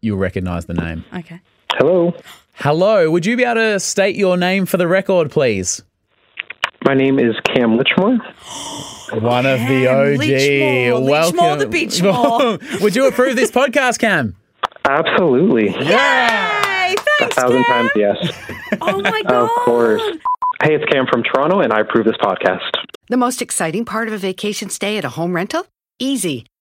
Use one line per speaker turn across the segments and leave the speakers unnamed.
you'll recognise the name.
Okay.
Hello.
Hello, would you be able to state your name for the record, please?
My name is Cam Litchmore.
One of the
Cam
OG.
Litchmore,
Welcome.
Litchmore the Beachmore.
would you approve this podcast, Cam?
Absolutely.
Hey,
A
thanks,
thousand
Cam.
times yes.
Oh my god.
Of course. Hey, it's Cam from Toronto, and I approve this podcast.
The most exciting part of a vacation stay at a home rental? Easy.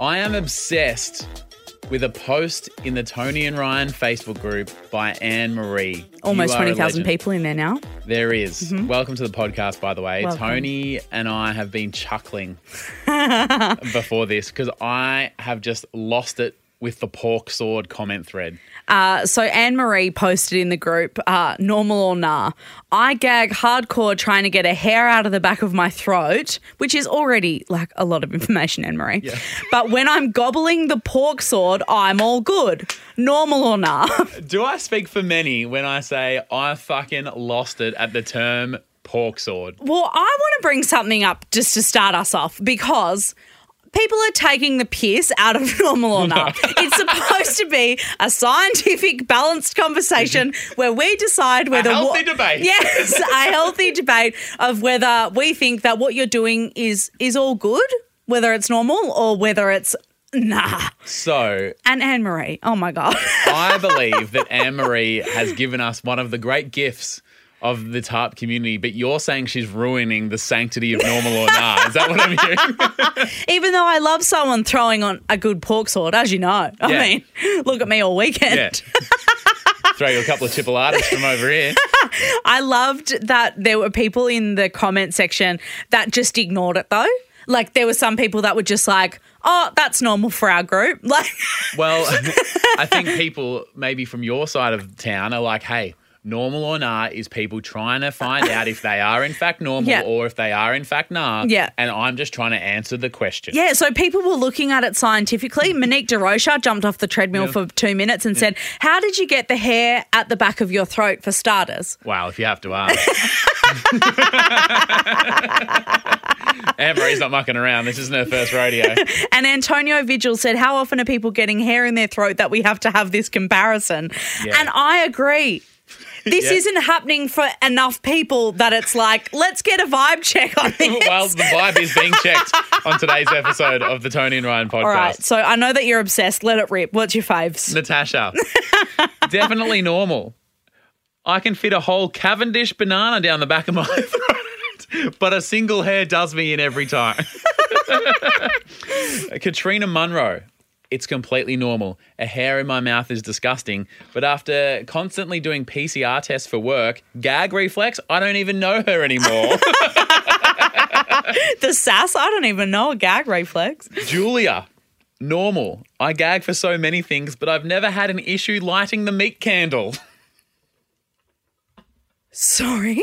I am obsessed with a post in the Tony and Ryan Facebook group by Anne Marie.
Almost
You are a
20,000
legend.
people in there now.
There is. Welcome to the podcast, by the way.
Mm-hmm. Welcome.
Tony and I have been chuckling before this because I have just lost it with the pork sword comment thread.
Uh, so Anne Marie posted in the group, uh, normal or nah. I gag hardcore trying to get a hair out of the back of my throat, which is already like a lot of information, Anne Marie. But when I'm gobbling the pork sword, I'm all good. Normal or nah.
Do I speak for many when I say I fucking lost it at the term pork sword?
Well, I want to bring something up just to start us off because people are taking the piss out of normal or not. it's supposed to be a scientific, balanced conversation where we decide whether
Mm-hmm. healthy
what-
debate.
Yes, a healthy debate of whether we think that what you're doing is is all good, whether it's normal or whether it's nah.
So
And Anne Marie, oh my god.
I believe that Anne Marie has given us one of the great gifts of the TARP community, but you're saying she's ruining the sanctity of normal or nah. Is that what I'm hearing?
Even though I love someone throwing on a good pork sword, as you know. I
Yeah.
mean, look at me all weekend.
yeah. Throw you a couple of chipolatas from over here.
I loved that there were people in the comment section that just ignored it though. Like there were some people that were just like, "Oh, that's normal for our group." Like,
Well, I think people maybe from your side of town are like, hey, normal or nah is people trying to find out if they are in fact normal
Yeah.
or if they are in fact nah.
Yeah.
And I'm just trying to answer the question.
yeah. So people were looking at it scientifically. Monique DeRocha jumped off the treadmill for two minutes and said, "How did you get the hair at the back of your throat for starters?"
Wow, if you have to ask. Anne Marie's not mucking around. This isn't her first rodeo.
And Antonio Vigil said, "How often are people getting hair in their throat that we have to have this comparison?"
Yeah.
And I agree. This
Yeah.
isn't happening for enough people that it's like, let's get a vibe check on this.
Well, the vibe is being checked on today's episode of the Tony and Ryan podcast.
All right. So I know that you're obsessed. Let it rip. What's your faves?
Natasha, definitely normal. I can fit a whole Cavendish banana down the back of my throat, but a single hair does me in every time. Katrina Munro. It's completely normal. A hair in my mouth is disgusting, but after constantly doing PCR tests for work, gag reflex, I don't even know her anymore.
The sass? I don't even know a gag reflex.
Julia, normal. I gag for so many things, but I've never had an issue lighting the meat candle.
Sorry.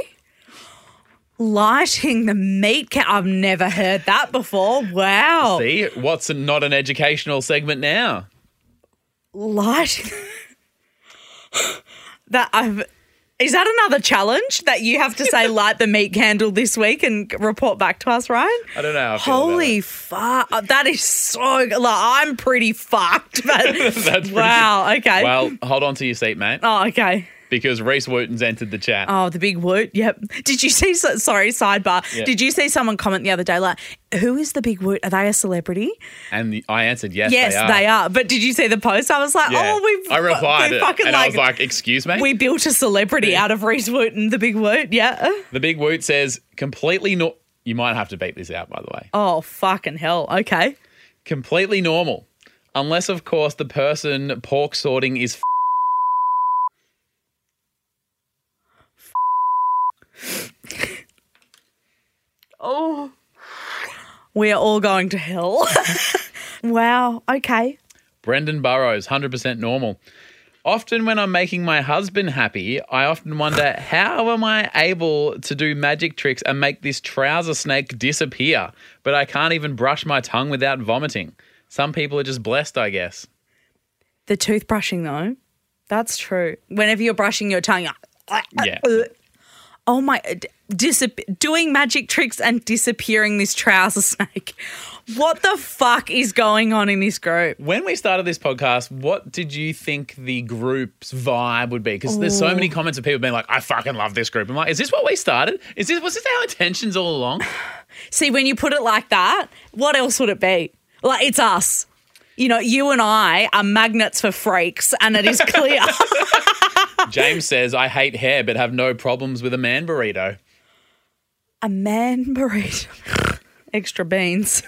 Lighting the meat can I've never heard that before. Wow.
See, what's not an educational segment now?
Lighting. that I've. Is that another challenge that you have to say light the meat candle this week and report back to us, right?
I don't know. How I feel about
Holy
it.
fuck. Oh, That is so. Like, I'm pretty fucked. But wow. Okay.
Well, hold on to your seat, mate,
oh, okay.
because Reese Wooten's entered the chat.
Oh, the big woot. Yep. Did you see? so- Sorry, sidebar.
Yeah.
Did you see someone comment the other day like, "Who is the big woot? Are they a celebrity?"
And the, I answered, yes,
yes,
they are.
But did you see the post? I was like,
Yeah.
"Oh, we."
I replied,
we
it,
fucking
and
like,
I was like, excuse me?
"We built a celebrity out of Reese Woot and the big woot." Yeah.
the big woot says, completely normal. You might have to beat this out, by the way.
Oh fucking hell. Okay.
Completely normal. Unless, of course, the person pork sorting is f-
We are all going to hell. wow. Okay.
Brendan Burrows, 100% normal. Often, when I'm making my husband happy, I often wonder how am I able to do magic tricks and make this trouser snake disappear? But I can't even brush my tongue without vomiting. Some people are just blessed, I guess.
The toothbrushing, though, that's true. Whenever you're brushing your tongue, you're
Yeah.
oh my, d- disap- doing magic tricks and disappearing this trouser snake. What the fuck is going on in this group?
When we started this podcast, what did you think the group's vibe would be? Because there's so many comments of people being like, "I fucking love this group." I'm like, "Is this what we started? Is this was this our intentions all along?"
See, when you put it like that, what else would it be? Like, it's us. You know, you and I are magnets for freaks, and it is clear.
James says, "I hate hair, but have no problems with a man burrito."
A man burrito. Extra beans.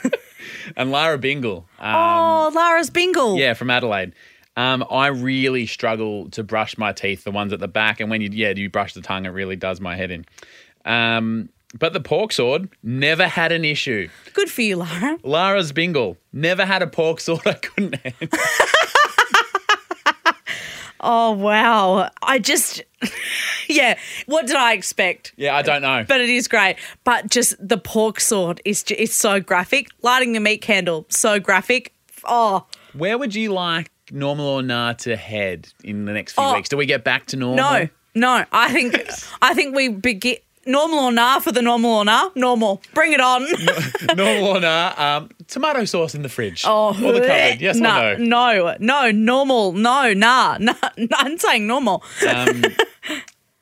And Lara Bingle, uh,
oh, Lara's bingle.
yeah, from Adelaide. Um, I really struggle to brush my teeth, the ones at the back, and when you yeah, you brush the tongue, it really does my head in. Um, but the pork sword never had an issue.
Good for you, Lara.
Lara's Bingle never had a pork sword I couldn't handle.
Oh, wow. I just, yeah. What did I expect?
Yeah, I don't know.
But it is great. But just the pork sword is ju- it's so graphic. Lighting the meat candle, so graphic. Oh,
Where would you like normal or nah to head in the next few
Oh.
weeks? Do we get back to normal?
no, no. I think, I think we begin. Normal or nah for the normal or nah? Normal. Bring it on.
normal or nah? Um, tomato sauce in the fridge.
Oh,
or the cupboard? Yes
nah,
or no?
No, no, normal. No, nah, nah. I'm saying normal.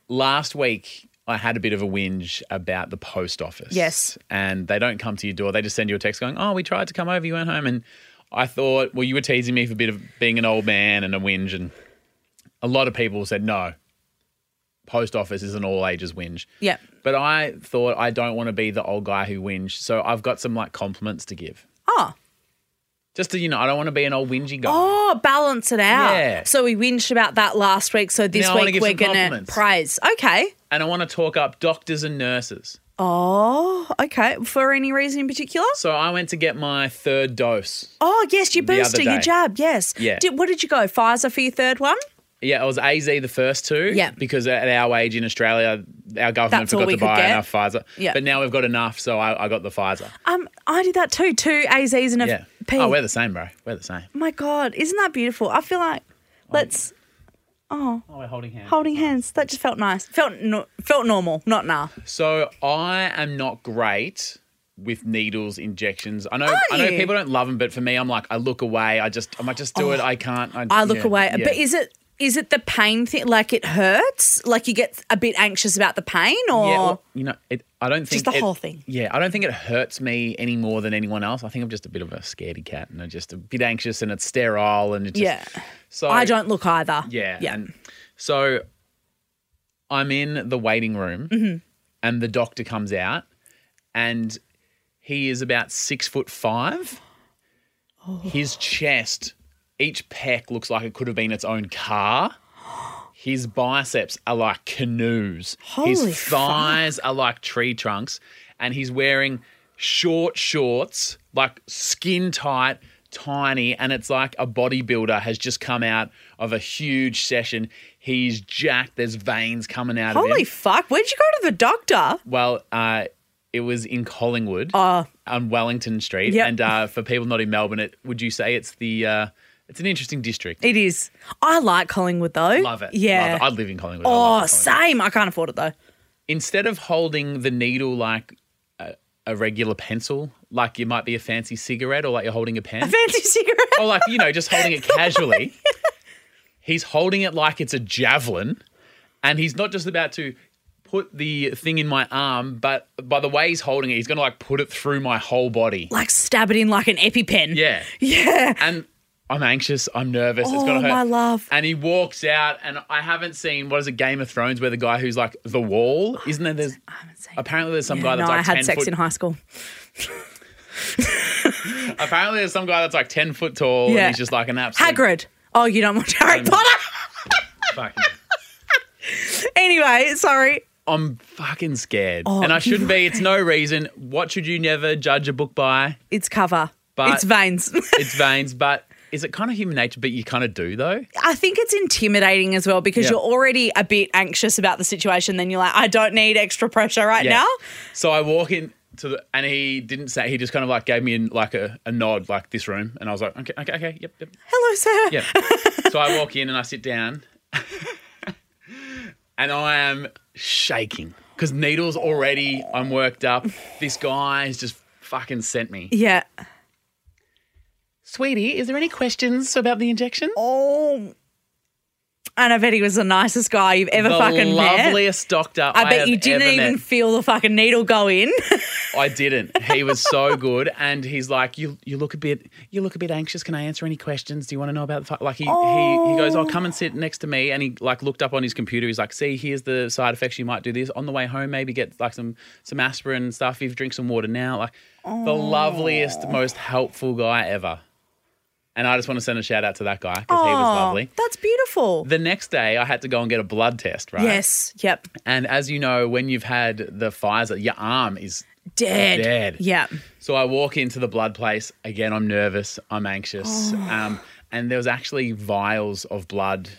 Last week. I had a bit of a whinge about the post office.
Yes.
And they don't come to your door. They just send you a text going, Oh, we tried to come over, you weren't home. And I thought, well, you were teasing me for a bit of being an old man and a whinge. And a lot of people said, No, post office is an all ages whinge.
Yeah.
But I thought I don't want to be the old guy who whinges, so I've got some like compliments to give.
Oh.
Just to you know, I don't want to be an old whingy guy.
Oh, balance it out.
Yeah.
So we whinged about that last week. So this
Now I wanna
week
give
we're
some
going
compliments.
to praise. Okay.
And I want to talk up doctors and nurses.
Oh, okay. For any reason in particular?
So I went to get my third dose.
Oh, yes, your
The other
booster, your
day.
jab, yes.
Yeah.
Did, what did you go? Pfizer for your third one?
Yeah, it was AZ the first two.
Yeah.
Because at our age in Australia, our government
That's all
forgot
we
to
could
buy
get.
enough Pfizer.
Yeah.
But now we've got enough, so I, I got the Pfizer.
Um, I did that too. Two AZs and a
Yeah.
P.
Oh, we're the same, bro. We're the same.
My God, isn't that beautiful? I feel like let's
Oh, we're holding hands.
holding hands. That just felt nice. Felt no, felt normal, not nah.
So I am not great with needles, injections. I know, I know
you? Oh,
people don't love them, but for me, I'm like, I look away. I just, I might just do it. I can't.
I look
yeah,
away.
yeah.
But is it is it the pain thing? Like it hurts? Like you get a bit anxious about the pain, or
Yeah, well, you know, it, I don't think
Oh. Just the
it-
whole thing.
Yeah, I don't think it hurts me any more than anyone else. I think I'm just a bit of a scaredy cat, and I'm just a bit anxious, and it's sterile, and it just,
Yeah.
So
I don't look either.
Yeah.
yeah.
And so I'm in the waiting room
Mm-hmm.
and the doctor comes out and he is about six foot five.
Oh.
His chest, each peck looks like it could have been its own car. His biceps are like canoes.
Holy
His thighs are like tree trunks. And he's wearing short shorts, like skin tight, tiny. And it's like a bodybuilder has just come out of a huge session. He's jacked. There's veins coming out of
Holy
him.
fuck! Where'd you go to the doctor?
well, uh, it was in Collingwood on Wellington Street.
Ah. Yep.
And uh, for people not in Melbourne, it, would you say it's the. Uh, it's an interesting district.
It is. I like Collingwood though.
Love it.
Yeah.
Love it. I live in Collingwood. I love
Oh,
Collingwood.
same. I can't afford it though.
instead of holding the needle like a, a regular pencil, like you might be a fancy cigarette or like you're holding a pen,
Fancy cigarette.
or like, you know, just holding it casually, he's holding it like it's a javelin. And he's not just about to put the thing in my arm, but by the way he's holding it, he's going to like put it through my whole body.
Like stab it in like an EpiPen.
Yeah.
Yeah.
And I'm anxious. I'm nervous. it's
Oh,
gonna hurt.
my love.
And he walks out, and I haven't seen what is it, Game of Thrones, where the guy who's like the wall, isn't there? There's apparently there's some guy
no,
that's like
I had
10
sex
foot,
in high school.
Apparently there's some guy that's like ten foot tall, and
Yeah.
he's just like an absolute
Hagrid. Oh, you don't watch Harry Potter.
fucking-
anyway, sorry.
I'm fucking scared.
Oh,
and I shouldn't be. It's no reason. What should you never judge a book by?
It's cover.
But-
it's veins.
It's veins, but is it kind of human nature? But you kind of do though.
I think it's intimidating as well because
Yeah.
you're already a bit anxious about the situation. Then you're like, I don't need extra pressure right now.
So I walk in to the, and he didn't say, he just kind of like gave me an, like a, a nod, like this room. And I was like, okay, okay, okay, yep, yep,
Hello, sir.
yep. so I walk in and I sit down and I am shaking because Needle's already, I'm worked up. This guy has just fucking sent me.
Yeah.
Sweetie, is there any questions about the injection?
Oh. And I bet he was the nicest guy you've ever
the
fucking met.
loveliest doctor I,
I bet you
have
didn't
ever
even
met.
feel the fucking needle go in.
I didn't. He was so good, and he's like, "You, you look a bit, you look a bit anxious. Can I answer any questions? Do you want to know about the fi-? like?" He, he, he goes, "Oh, come and sit next to me." And he like looked up on his computer. He's like, "See, here's the side effects. You might do this on the way home. Maybe get like some some aspirin and stuff. If you drink some water now, like the loveliest, most helpful guy ever." And I just want to send a shout out to that guy because he was lovely.
That's beautiful.
The next day, I had to go and get a blood test, right?
Yes. Yep.
And as you know, when you've had the Pfizer, your arm is
Dead.
Dead.
Yeah.
so I walk into the blood place. Again, I'm nervous. I'm anxious.
Oh.
Um, and there was actually vials of blood.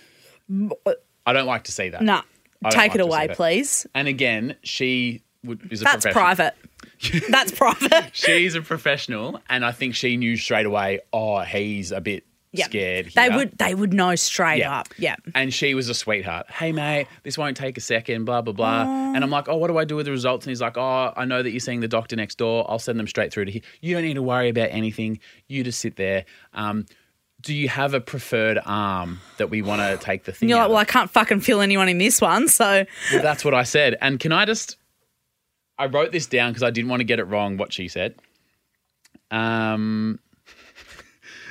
I don't like to see that.
uh, Nah.
I don't
Take
like
it
to see
away,
that.
please.
And again, she would, is a
That's
professional.
private. That's private.
She's a professional, and I think she knew straight away. Oh, he's a bit
Yeah.
scared.
They
here."
would they would know straight
Yeah.
up. Yeah.
And she was a sweetheart. Hey, mate, this won't take a second, blah, blah, blah. And I'm like, oh, what do I do with the results? And he's like, oh, I know that you're seeing the doctor next door. I'll send them straight through to here. You don't need to worry about anything. You just sit there. Um, do you have a preferred arm that we want to take the thing?
And you're
out
like, well, I
of?
can't fucking feel anyone in this one, so
Well, that's what I said. And can I just, I wrote this down because I didn't want to get it wrong what she said. Um,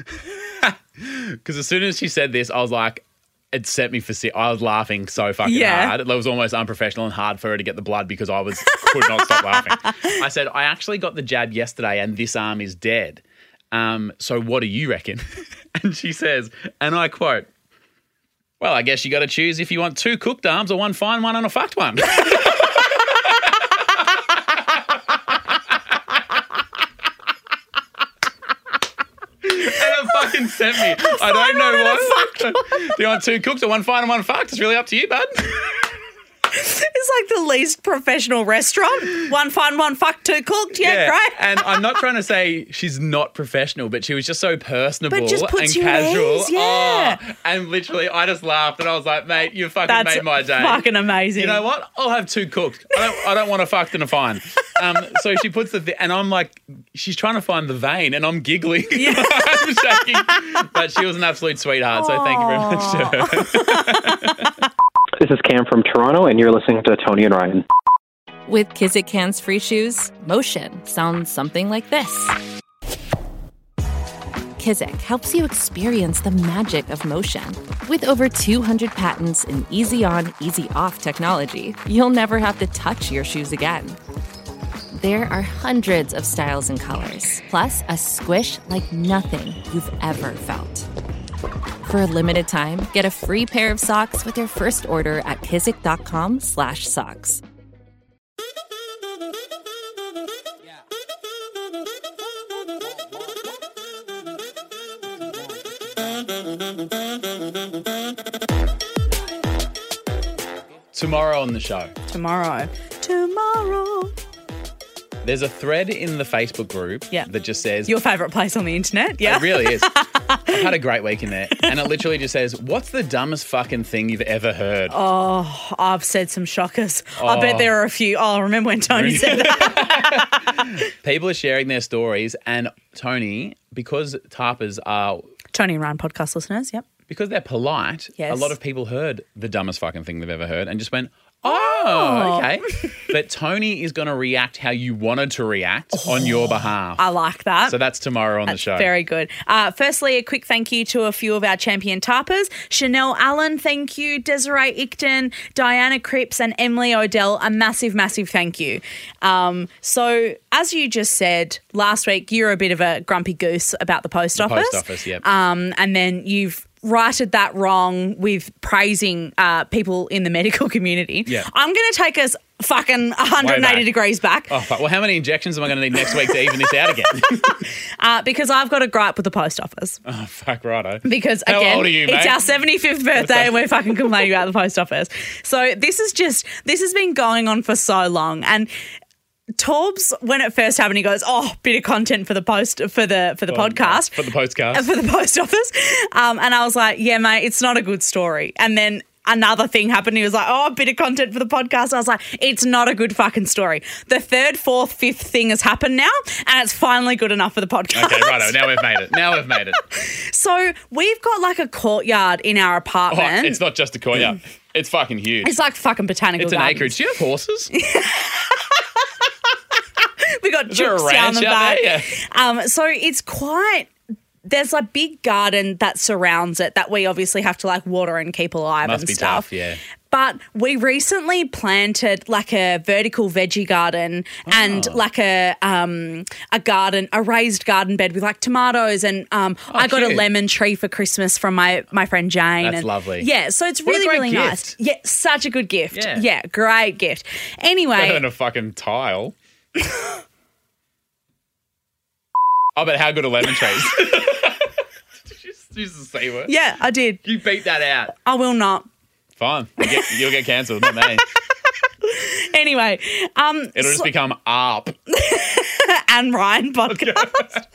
because as soon as she said this, I was like, it set me for sick. I was laughing so fucking
Yeah.
hard. It was almost unprofessional and hard for her to get the blood because I was could not stop laughing. I said, I actually got the jab yesterday and this arm is dead. Um, so what do you reckon? and she says, and I quote, well, I guess you got to choose if you want two cooked arms or one fine one and a fucked one. And it fucking sent me. I don't know why. Do you want two cooked or one fine and one fucked? It's really up to you, bud.
it's like the least professional restaurant. One fine, one fucked, two cooked. Yeah, great.
And I'm not trying to say she's not professional, but she was just so personable
But just
and
puts you at
casual.
ease, yeah.
Oh, and literally, I just laughed and I was like, mate, you fucking
That's
made my day.
fucking amazing.
you know what? I'll have two cooked. I don't, I don't want a fucked and a fine. Um, so she puts the thi- and I'm like, she's trying to find the vein, and I'm giggling. I'm shaking. But she was an absolute sweetheart. So thank you very much to her.
This is Cam from Toronto, and you're listening to Tony and Ryan.
With Kizikans free shoes, motion sounds something like this. Kizik helps you experience the magic of motion. With over 200 patents and easy on, easy off technology, you'll never have to touch your shoes again. There are hundreds of styles and colors, plus a squish like nothing you've ever felt. For a limited time, get a free pair of socks with your first order at kizik.com/socks.
Tomorrow on the show,
Tomorrow. Tomorrow.
there's a thread in the Facebook group
Yeah.
that just says,
Your favourite place on the internet. Yeah.
It really is. I've had a great week in there. And it literally just says, What's the dumbest fucking thing you've ever heard?
I've said some shockers. I bet there are a few. Oh, remember when Tony said that?
People are sharing their stories. And Tony, because tarpers are,
Tony and Ryan podcast listeners. Yep.
because they're polite,
Yes.
a lot of people heard the dumbest fucking thing they've ever heard and just went, Oh, okay. but Tony is going to react how you wanted to react on your behalf.
I like that.
so that's tomorrow on the show.
Oh. Very good. Uh, firstly, a quick thank you to a few of our champion tarpers Chanel Allen, thank you. Desiree Ickton, Diana Cripps, and Emily Odell. A massive, massive thank you. Um, so, as you just said last week, you're a bit of a grumpy goose about the post office.
Post office, yeah.
Um, and then you've righted that wrong with praising uh, people in the medical community.
Yeah.
I'm going to take us fucking 180
back.
degrees back
Oh, fuck. well, how many injections am I going to need next week to even this out again?
uh, because I've got a gripe with the post office.
oh, fuck, righto.
Because
How
again,
old are you,
it's
mate?
our 75th birthday and we're fucking complaining about the post office. So this is just, this has been going on for so long. And Torbs, when it first happened, he goes, oh, bit of content for the post, for the, for the podcast.
For the podcast.
for the post office. Um, and I was like, yeah, mate, it's not a good story. And then another thing happened. He was like, oh, a bit of content for the podcast. I was like, it's not a good fucking story. The third, fourth, fifth thing has happened now, and it's finally good enough for the podcast.
Okay, righto. Now we've made it. Now we've made it.
So we've got like a courtyard in our
Oh,
apartment.
it's not just a courtyard. It's fucking huge.
It's like fucking botanical
It's an
gardens.
acreage. Do you have horses?
We got
Is there a
chooks down the
ranch out
back.
there?
Um, so it's quite. There's a big garden that surrounds it that we obviously have to like water and keep alive
Must
and
be
stuff.
tough, yeah.
But we recently planted like a vertical veggie garden and
Ah.
like a um a garden a raised garden bed with like tomatoes and um I got a
Oh, cute.
lemon tree for Christmas from my my friend Jane.
That's
and-
lovely.
Yeah, so it's
What a
really
great
really
gift.
nice. Yeah, such a good gift.
Yeah.
great gift.
Better
Anyway,
than a fucking tile. oh, but how good are lemon trees? Did you just use the C word?
yeah, I did.
You beat that out.
I will not.
Fine. You get, you'll get cancelled, not me.
Anyway, um,
It'll just become ARP.
and Ryan podcast.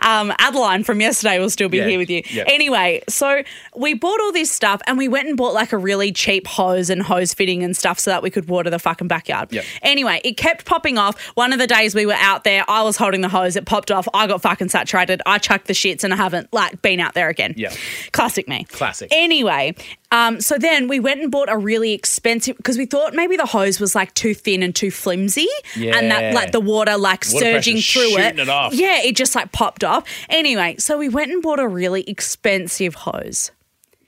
um, Adeline from yesterday will still be
Yeah,
here with you.
yeah.
Anyway, so we bought all this stuff and we went and bought like a really cheap hose and hose fitting and stuff so that we could water the fucking backyard.
Yep.
Anyway, it kept popping off. One of the days we were out there, I was holding the hose, it popped off. I got fucking saturated. I chucked the shits and I haven't like been out there again.
Yeah.
Classic me.
Classic.
Anyway, um, so then we went and bought a really expensive because we thought maybe the hose was like too thin and too flimsy, and that
Yeah.
like the water like
Water
surging
pressure's
through it.
shooting it off.
Yeah, it just like popped off. Anyway, so we went and bought a really expensive hose,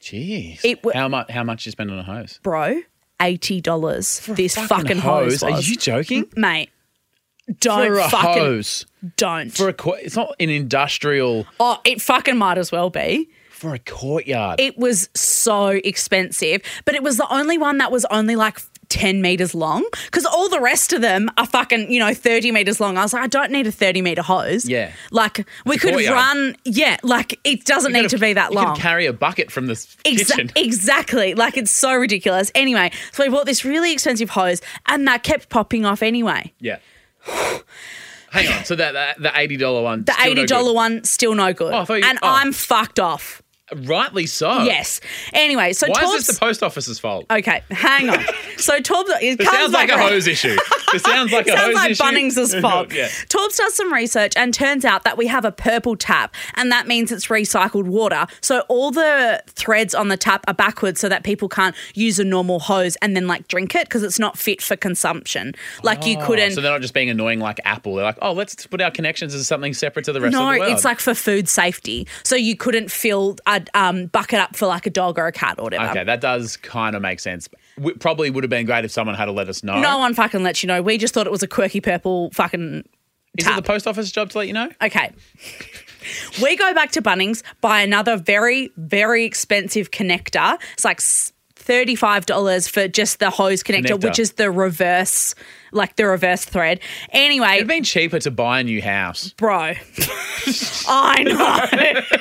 Jeez.
It wa-
how, much, how much you spend on a hose?
bro. Eighty dollars. This fucking, hose,
Are
was.
you joking?
mate? Don't
For a
fucking
hose.
don't.
For a cour- it's not an industrial
oh, it fucking might as well be.
for a courtyard.
It was so expensive, but it was the only one that was only like 10 meters long because all the rest of them are fucking, you know, 30 meters long. I was like, I don't need a 30 meter hose.
Yeah.
Like, we could
courtyard.
run, yeah, like it doesn't
You
need to
could've-
be that
you could've
long.
carry a bucket from the s-
Exa-
kitchen.
Exactly. Like, it's so ridiculous. Anyway, so we bought this really expensive hose and that kept popping off anyway.
Yeah. Hang on. So that, that the eighty dollar one.
The $80 one, still no good.
Oh, I thought you-
and
oh.
I'm fucked off.
one. Rightly so.
Yes. Anyway, so
Why
Torb's.
is this the post office's fault?
okay, hang on. so Torb. It
It
comes
sounds like
back
a
around.
hose issue. It sounds like a
Sounds
hose
like
issue.
Bunnings' fault.
yeah.
Torbs does some research and turns out that we have a purple tap, and that means it's recycled water. So all the threads on the tap are backwards so that people can't use a normal hose and then like drink it because it's not fit for consumption. Like you
Oh,
couldn't.
so they're not just being annoying like Apple. They're like, oh, let's put our connections as something separate to the rest
no,
of the world.
it's like for food safety. So you couldn't fill a um, bucket up for like a dog or a cat or whatever.
okay, that does kind of make sense. W- probably would have been great if someone had to let us know.
No one fucking lets you know. We just thought it was a quirky purple fucking
is it the post office job to let you know?
Okay. we go back to Bunnings, buy another very, very expensive connector. It's like s- $35 for just the hose connector,
Connector.
which is the reverse, like the reverse thread. Anyway,
It'd been cheaper to buy a new house.
bro. I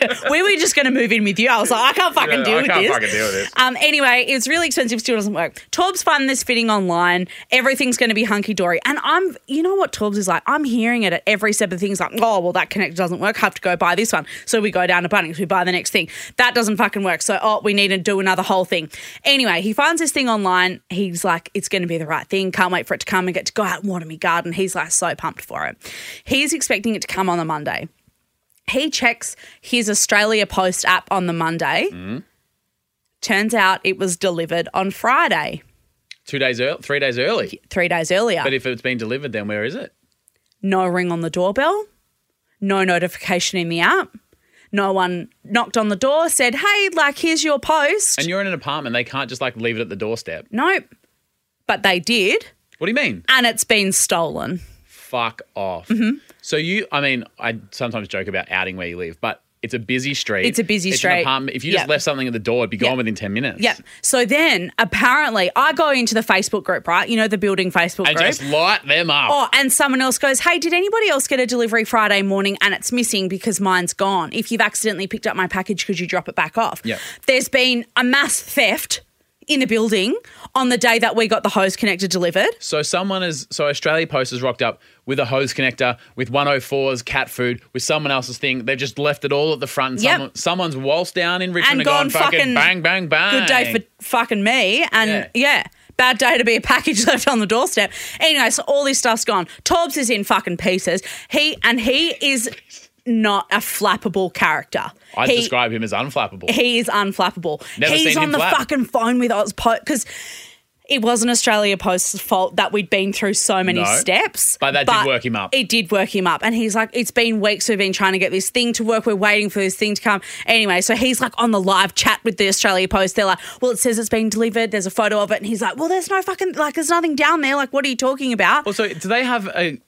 know. we were just going to move in with you. I was like, I can't fucking
Yeah,
deal
I
with
can't
this.
fucking deal with this.
Um, anyway, it's really expensive. Still doesn't work. Torb's found this fitting online. Everything's going to be hunky dory. And I'm, you know what Torb's is like? I'm hearing it at every step of things. Like, oh, well, that connector doesn't work. Have to go buy this one. So we go down to Bunnings. We buy the next thing. That doesn't fucking work. So, oh, we need to do another whole thing. Anyway, he finds this thing online. He's like, it's going to be the right thing. Can't wait for it to come and get to go out and water me garden. He's like so pumped for it. He's expecting it to come on the Monday. He checks his Australia Post app on the Monday. Turns out it was delivered on Friday,
Two days early, three days early.
three days earlier.
But if it's been delivered, then where is it?
no ring on the doorbell, no notification in the app. No one knocked on the door, said, hey, like, here's your post.
And you're in an apartment. They can't just like leave it at the doorstep.
nope. But they did,
What do you mean?
and it's been stolen. Mm-hmm.
Fuck off. So you, I mean, I sometimes joke about outing where you live, but It's a busy street.
It's a busy
an
street.
apartment. If you
Yep.
just left something at the door, it'd be gone within 10 minutes.
Yep. So then apparently I go into the Facebook group, right? You know, the building Facebook
And
group.
just light them up.
Oh, and someone else goes, Hey, did anybody else get a delivery Friday morning and it's missing because mine's gone? If you've accidentally picked up my package, could you drop it back off?
Yep.
There's been a mass theft in the building on the day that we got the hose connector delivered.
So someone is so Australia Post has rocked up with a hose connector, with 104's cat food, with someone else's thing. They've just left it all at the front. And
Yep.
someone, someone's waltzed down in Richmond
And
and, gone,
gone
fucking,
fucking-
bang, bang, bang.
Good day for fucking me. And yeah. Bad day to be a package left on the doorstep. Anyway, so all this stuff's gone. Torbs is in fucking pieces. He and he is not a flappable character.
I'd
he,
describe him as unflappable.
he is unflappable.
Never
He's
seen
on
him
the
flap.
fucking phone with us because it wasn't Australia Post's fault that we'd been through so many
No.
steps.
But that did work him up.
It did work him up. And he's like, it's been weeks we've been trying to get this thing to work. We're waiting for this thing to come. Anyway, so he's like on the live chat with the Australia Post. They're like, well, it says it's been delivered. There's a photo of it. And he's like, well, there's no fucking, like, there's nothing down there. Like, what are you talking about?
also, do they have a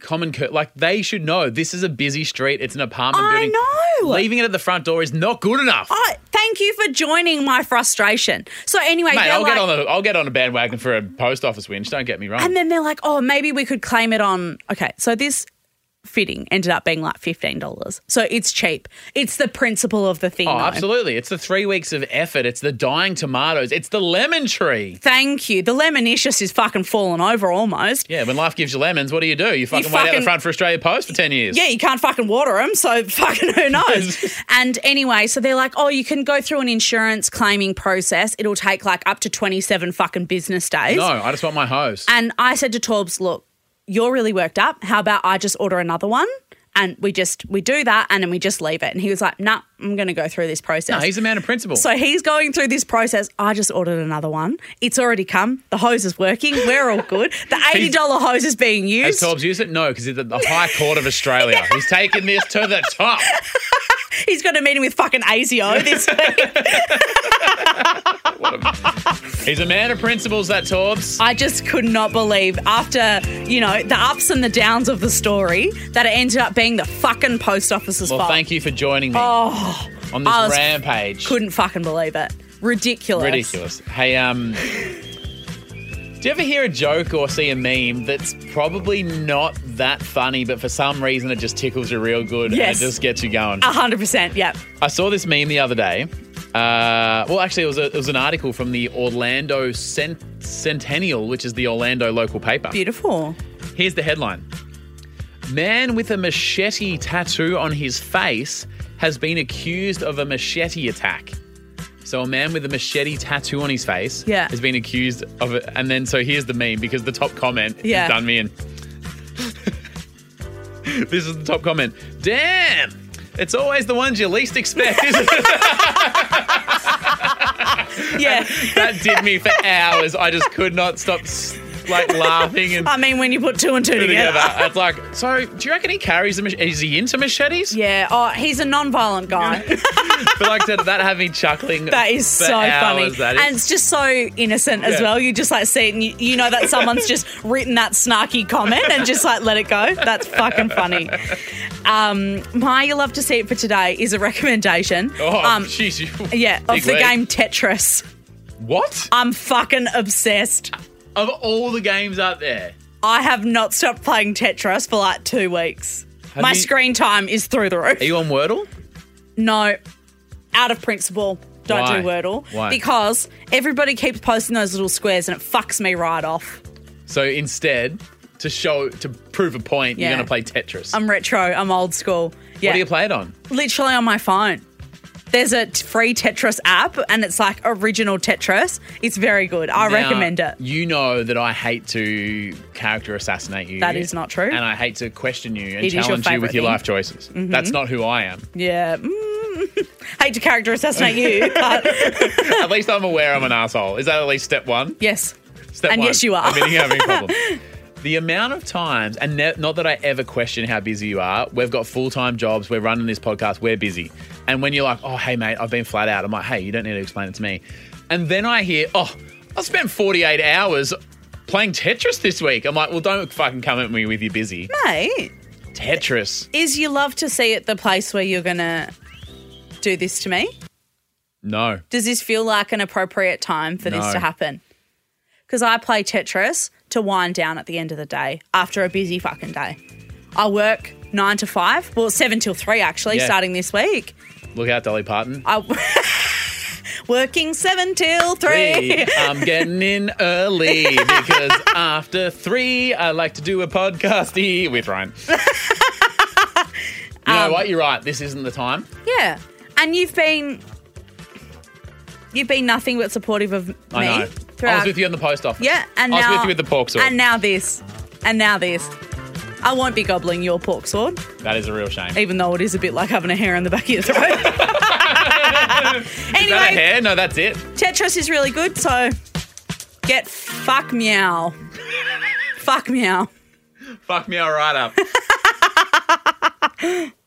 common cur- like they should know this is a busy street. It's an apartment
I
building.
know.
Leaving it at the front door is not good enough.
Oh, thank you for joining my frustration. So anyway,
Mate,
they're
I'll
like,
get on the I'll get on a bandwagon for a post office winch. Don't get me wrong.
And then they're like, oh, maybe we could claim it on. Okay, so this fitting ended up being like $15. So it's cheap. It's the principle of the thing.
oh,
though.
absolutely. It's the three weeks of effort. It's the dying tomatoes. It's the lemon tree.
Thank you. The lemonicious is fucking fallen over almost.
Yeah, when life gives you lemons, what do you do? You fucking wait out
fucking-
the front for Australia Post for 10 years.
Yeah, you can't fucking water them, so fucking who knows? and anyway, so they're like, oh, you can go through an insurance claiming process. It'll take like up to 27 fucking business days.
No, I just want my hose.
And I said to Torbs, look, you're really worked up. How about I just order another one? And we just we do that and then we just leave it. And he was like, nah, I'm gonna go through this process.
no, he's a man of principle.
so he's going through this process. I just ordered another one. It's already come. The hose is working. We're all good. The eighty dollar hose is being
Has
used.
Torbs used it? No, because he's at the High Court of Australia. He's taken this to the top.
He's got a meeting with fucking ASIO this week.
He's a man of principles, that Torbs.
I just could not believe after you know the ups and the downs of the story that it ended up being the fucking post office's
Well,
fault.
thank you for joining me on this
I was-
rampage.
Oh, Couldn't fucking believe it. Ridiculous.
Ridiculous. Hey, um, do you ever hear a joke or see a meme that's probably not that funny, but for some reason it just tickles you real good
Yes. Ah.
and it just gets you going?
A hundred percent. Yep.
I saw this meme the other day. Uh, well, actually, it was, a, it was an article from the Orlando Cent- Centennial, which is the Orlando local paper.
Beautiful.
Here's the headline Man with a machete tattoo on his face has been accused of a machete attack. So, a man with a machete tattoo on his face
Yeah.
has been accused of it. And then, so here's the meme because the top comment has
Yeah.
done me in. this is the top comment. Damn! It's always the ones you least expect, isn't it?
Yeah.
that did me for hours. I just could not stop like laughing and
I mean, when you put two and two
together.
together.
It's like, so do you reckon he carries a mach- Is he into machetes?
Yeah. Oh, he's a non-violent guy.
But like I said, that had me chuckling.
That is
for
so funny,
hours, that is.
and it's just so innocent as
Yeah.
well. You just like see it, and you, you know that someone's just written that snarky comment and just like let it go. That's fucking funny. Um, my you love to see it for today is a recommendation.
oh,
um,
jeez, you-
yeah,
big
of the
leg.
game Um, Tetris.
What?
I'm fucking obsessed.
of all the games out there,
I have not stopped playing Tetris for like two weeks.
Have
My
you-
screen time is through the roof.
are you on Wordle?
no, out of principle, don't
Why?
do Wordle.
Why?
Because everybody keeps posting those little squares and it fucks me right off.
So instead, to show to prove a point,
Yeah.
you're going to play Tetris.
I'm retro, I'm old school. Yeah.
What do you play it on?
Literally on my phone. There's a t- free Tetris app and it's like original Tetris. It's very good. I
Now,
recommend it.
You know that I hate to character assassinate you.
That is not true.
And I hate to question you and
It is your
challenge you
favourite
with your
thing. Mm-hmm.
life choices. That's not who I am.
Yeah. Mm. Hate to character assassinate you, but
at least I'm aware I'm an asshole. Is that at least step one?
yes.
Step
And
one,
yes, you are.
Admitting you're having a problem. The amount of times, and ne- not that I ever question how busy you are. We've got full time jobs. We're running this podcast. We're busy. And when you're like, oh, hey, mate, I've been flat out. I'm like, hey, you don't need to explain it to me. And then I hear, oh, I spent 48 hours playing Tetris this week. I'm like, well, don't fucking come at me with you're busy.
Mate.
Tetris.
is you love to see it the place where you're gonna do this to me?
No.
Does this feel like an appropriate time for this
No.
to happen? Because I play Tetris to wind down at the end of the day after a busy fucking day. I work nine to five, well, seven till three actually,
Yeah.
starting this week.
Look out, Dolly Parton.
I working seven till three.
Hey, I'm getting in early because after three, I like to do a podcasty with Ryan. You
Um,
know what? You're right. This isn't the time.
Yeah, and you've been you've been nothing but supportive of me.
I know. I was
throughout-
with you in the post office.
Yeah, and
I was
now
with you with the pork sword.
And now this, and now this. I won't be gobbling your pork sword,
that is a real shame.
even though it is a bit like having a hair in the back of your throat.
Is that a
anyway,
hair? No, that's it.
Tetris is really good, so get fuck meow, fuck meow.
Fuck me all right up.